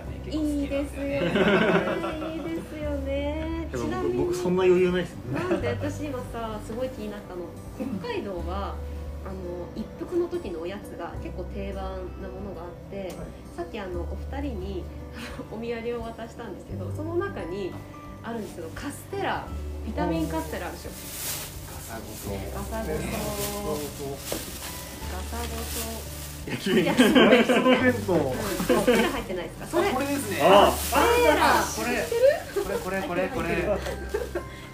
ですよねいいですよねちでなもみ僕に僕そんな余裕ないですねなんで私今さすごい気になったの北海道はあの一服の時のおやつが結構定番なものがあって、さっきあのお二人に あのお土産を渡したんですけどその中にあるんですけどカステラビタミンカステラあるでしょ朝ごとガサゴソガサ焼き弁ゴソライス弁当うんカステラ入ってないですかそれこれですねあカステラこれこれこれこれこれ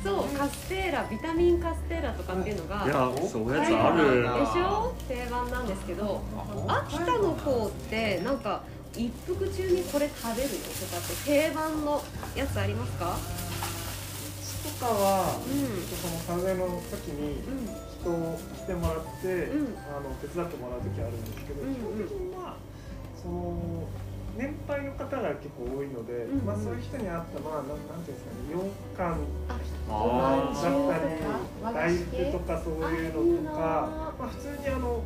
そうカステラビタミンカステラとかっていうのがあいやそうおやつ定あ番るでしょ定番なんですけど秋田の方ってなんか一服中にこれ食べるよとかって定番のやつありますかとかはうんうその散財の時にん人を来てもらって、うんあの手伝ってもらう時あるんですけど、うんうん基本的にはその年配の方が結構多いので、うんうんまあ、そういう人に合ったまあなんなんていうんですかね羊羹ああだーったり和菓大子系福とかそういうのとかまあ、普通にあの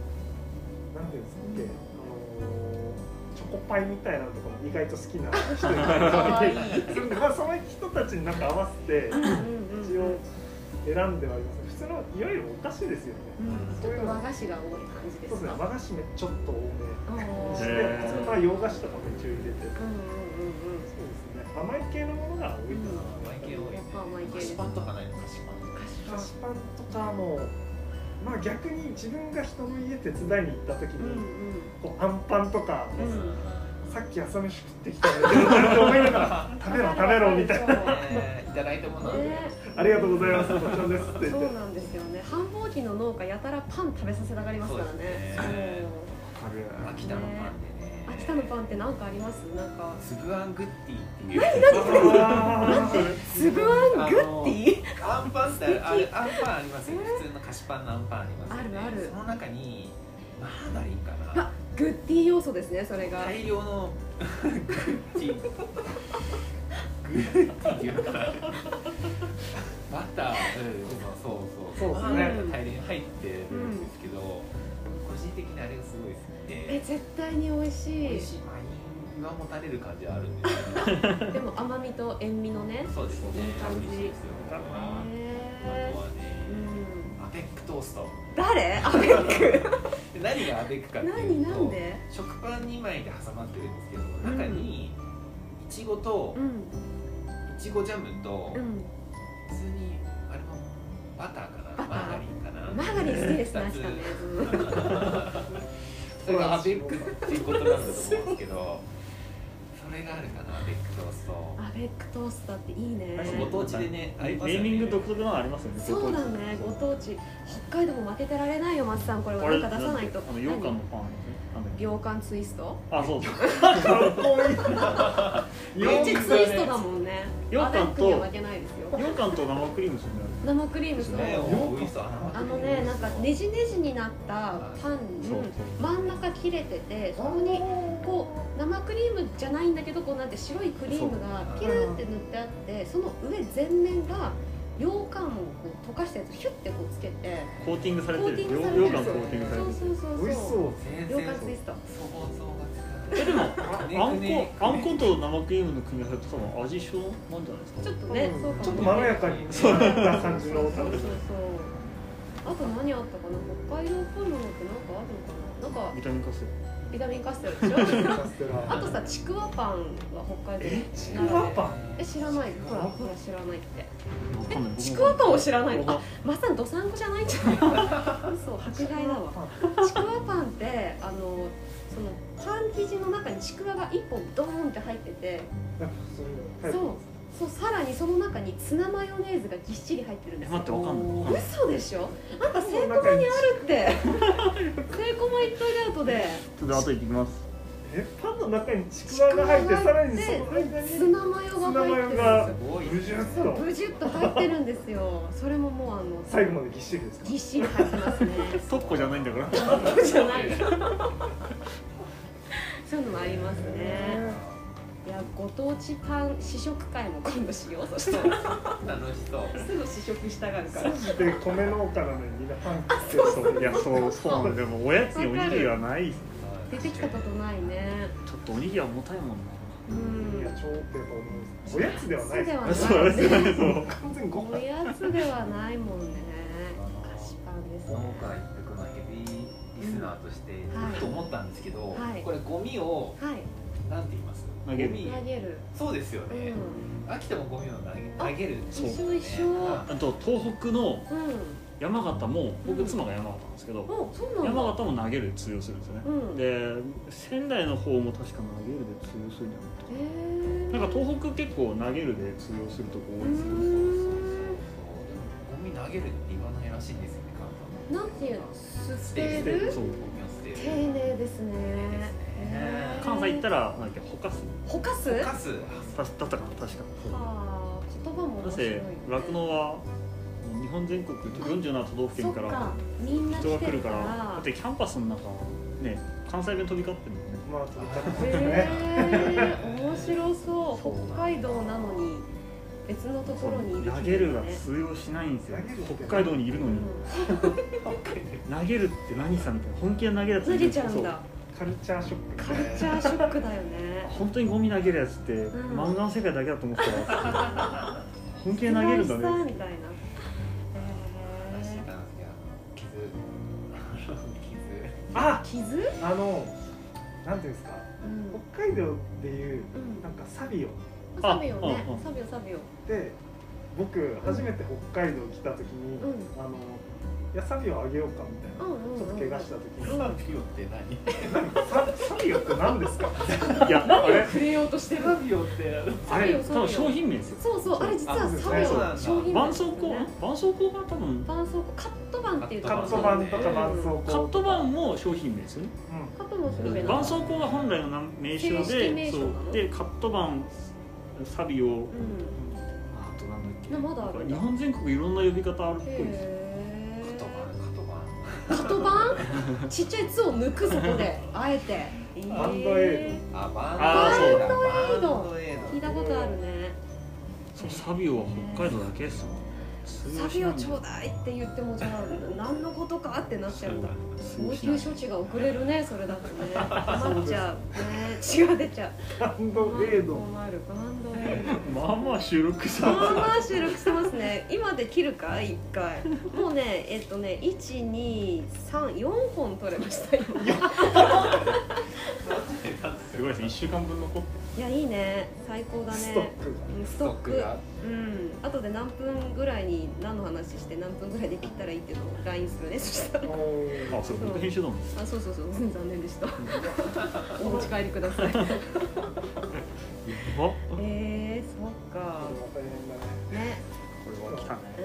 なんていうんですかね、あのチョコパイみたいなのとかも意外と好きな人がいたりとかわかいいするんで、まあ、その人たちになんか合わせてうんうんうん一応選んではあります普通のいわゆるお菓子ですよねうんちょっと和菓子が多い感じでそうですすねか和菓子めちょっと多めあにしてーへー普通のまあ洋菓子とかも一応入れてうんうんうんうんそうですね甘い系のものが多いかな甘い系多いやっぱ甘い系菓子ですパンとかないの菓子菓子パンとかもまあ逆に自分が人の家手伝いに行った時うんにこうアンパンとかうんうんさっき朝飯食ってきたんだけどって思いながらパン食べろ食べろみたいなえーいただいたものなんでねありがとうございますこちらですって言っそてうなんですよね繁忙期の農家やたらパン食べさせたがりますからねそうですねる秋田のパンでねそう秋田のパンって何かありますなんかつぶあんグッティっていう何何うわーつぶあんグッティアンパンってあるあるアンパンありますよね普通の菓子パンのアンパンありますよねあるあるその中にマーガリンかあなグッティ要素ですねそれが大量のグッチグッチっていうかバター、うん、そうそうそうですねマーガリンが大量に入ってるんですけど、個人的にあれがすごい好きえで絶対に美味しい美味しいマインが持たれる感じはあるんですけどでも甘みと塩味のねそうですねいい感じ美味しいですよあとはへーうねんアペックトースト誰アベックで何がアベックかってい何うとなんで食パン2枚で挟まってるんですけど中にいちごとうんいちごジャムとうん普通にあれもバターかなバタマーーガリンかなマーガリン好きです二ね秋つ田ねうん それがアベックっていうことなんだと思うんですけどそれがあるかなアベックトーストアベックトースターっていいねあご当地でねありますネよーねミング独特のありますよねそうだね、ご当地、北海道も負けてられないよ、松さん、これはなんか出さないと。あの羊羹の何パン羊羹ツイスト。あそうそうかっこいいめっちゃツイストだもんね。羊アベ羹ックにはと負けないですよ。羊羹と生クリームですよね生クリームと。ねおいしそうあのね、なんかねじねじになったパンそうに真ん中切れてて、そこにこう生クリームじゃないんだけど、こうなんて白いクリームがそうピューって塗ってあって、その上全面が羊羹をこう溶かしたやつヒュッてこうつけてコーティングさコれてーティるン羊グ羊されて羹るんですよコーティングされてるそうそう美味しそうそう。そ全羊然羹ツイスト。想像がえでもあねあんくねこあんこと生クリームの組み合わせと多分味一緒なんじゃないですかちょっとう、ね、そううんかもねちょっとまろやかにそうな感じのそう食そうべそうあと何あったかな北海道っぽいものってなんかあるのかななんかビタミンカステビタミンカステラでし ょカステラあとさちくわパンは北海道えちちくくわわパパンンえ知らないほらちくわほら知らないってわかんないちくわパンを知らないの僕もまさにどさんこじゃないんじゃない嘘迫害だわちくわパンってあのそのパン生地の中にちくわが一本ドーンって入っててそうそうそうさらにその中にツナマヨネーズがぎっしり入ってるんでえす待ってわかんない嘘でしょあんたセイそコのマ中ににあるってセイコマ一体でアウトでちょっと後行ってきますえパンの中にちくわが入ってさらにその間にツナマヨが入ってるんツナマヨでがすごいブジュッすよとブジュッと入ってるんですよそれももうあの最後までぎっしりですかぎっしり入ってますねトッコじゃないんだから そうじゃないそういうのもありますねいやご当地パン試食会も今度しようとしてす楽しそうぐ試食したがるからマジで米農家なのにみんなパン食ってるそうい やそうそうなのでもおやつにおにぎりはない出てきたことないねちょっとおにぎりは重たいもんなうんいや、超だと思うんです。おやつではないです。おあやつそうですねそう完全にごお飯。やつではないもんねあの菓子パンですね今回一服のヘビーリスナーとしてんはいふと思ったんですけど、はいこれゴミをはいなんて言います投げるゴミ投げるそうですようね、ん秋田もゴミを投あげ投げるそう一緒一緒 あと東北のう山形もう僕ん妻が山形なんですけど、んおそうなんだ山形も投げるで通用するんですよね、うんで仙台の方も確か投げるで通用するんじゃないへーなんか東北結構投げるで通用するとこ多いですうよ、そうそうそうそうでもゴミん投げるって言わないらしいんですよね簡単なんていうの捨えてるそうゴミを捨てる丁寧ですねねへー関西行ったらなんだっけほかすほかす溶あかすだったかな確かそうあー言葉もな面白いぜね酪農は日本全国47都道府県そっからかみんな人来がて来るるかかららだってキャンパスの中ね関西弁飛び交ってるんだよねまあ、飛び方ですへね。え面白そう北海道なのに別のところにいる投げるが通用しないんですよ投げるって北海道にいるのに、投げるって何さみたいな本気で投げるやつずれちゃうんだカルチャーショック。カルチャーショックだよそうね本当にゴミ投げるやつって、ん漫画の世界だけだと思ってたら本気で投げるんだスライサーねみたいな話してたんへですけどあのあー、傷あの、なんていうんですか。うん北海道っていう、うんなんかサビオ。サビオねあああサビオサビオで、僕、初めて北海道来た時に、うあの。いや、サビをあげようかみたいな。うんうんうんちょっと怪我した時傷 に。サビオって何ササビオって何ですか。いやあれ触れようとしてるサビオってあれ多分商品名ですよそうそうあれ実はサビそうなんオだ商品名絆です創よ膏ね絆創膏が多分絆創膏カット版っていうとこカろット版とか絆創膏。カットバンも商品名ですよねうん。カットも含めな絆創膏が本来の名名称で正式名称なのそうでカットバンサビオうんあとなんだっけなまだあるなんか日本全国いろんな呼び方あるっぽいですへカトバンカトバンーカトバンちっちゃい「つ」を抜くそこであえてバンドエイああーそうだバンバンドドエイド聞いたことあるねそうサビオは北海道だけですもん「サビをちょうだい」って言ってもじゃあ何のことかってなっちゃうんだ応急処置が遅れるねそれだとね困っちゃうね血が出ちゃうハンドエイド。困るバンドエイドまあまあ収録さまあまあ収録してますね今できるか一回もうねえっとね1234本取れました今すごいですね1週間分残っていやいいね最高だストねックが。うんスストトッッククがうん後で何分ぐらいに何の話して何分ぐらいで切ったらいいっていうのを LINE するねそしたらおーあそう僕編集だもんあそうそうそううん残念でした お持ち帰りくださいあ えー、そっあかの大変だね。ねこれは来たねうん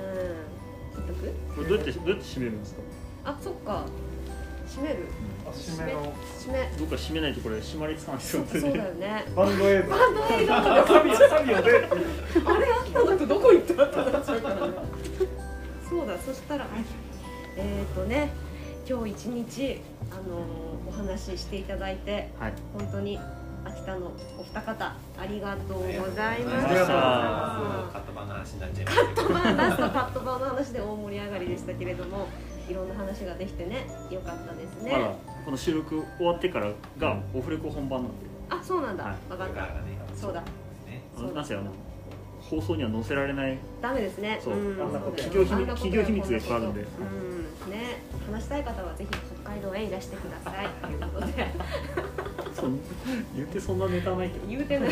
切っとくこれどうやってどうやって締めるんですかあそっか閉めるおしめの閉めどっか締めないとこれ締まりつかないですそようそうだよねバンドエイド。 バンドエイドとかサビサビオあで。れあったのとどこ行ったってなっちゃうからねそうだそしたらえっ、ー、とね今日一日あのーお話ししていただいてはい本当に秋田のお二方ありがとうございまありしがとうございたまカットバンの話になっちゃいまカットバーラストカットバーの話で大盛り上がりでしたけれどもいろんな話ができてねよかったですまだねこの収録終わってからがオフレコ本番なんであそうなんだ、はい分かっこれからたがねそうだねあのなんせあの放送には載せられないダメですね。そうんあんなことそうだよ企業あ秘密んなこと企業秘密がいっぱいあるんでうん、ね、話したい方はぜひ北海道へいらしてください。と いうことで、そう言ってそんなネタないけど言うてない。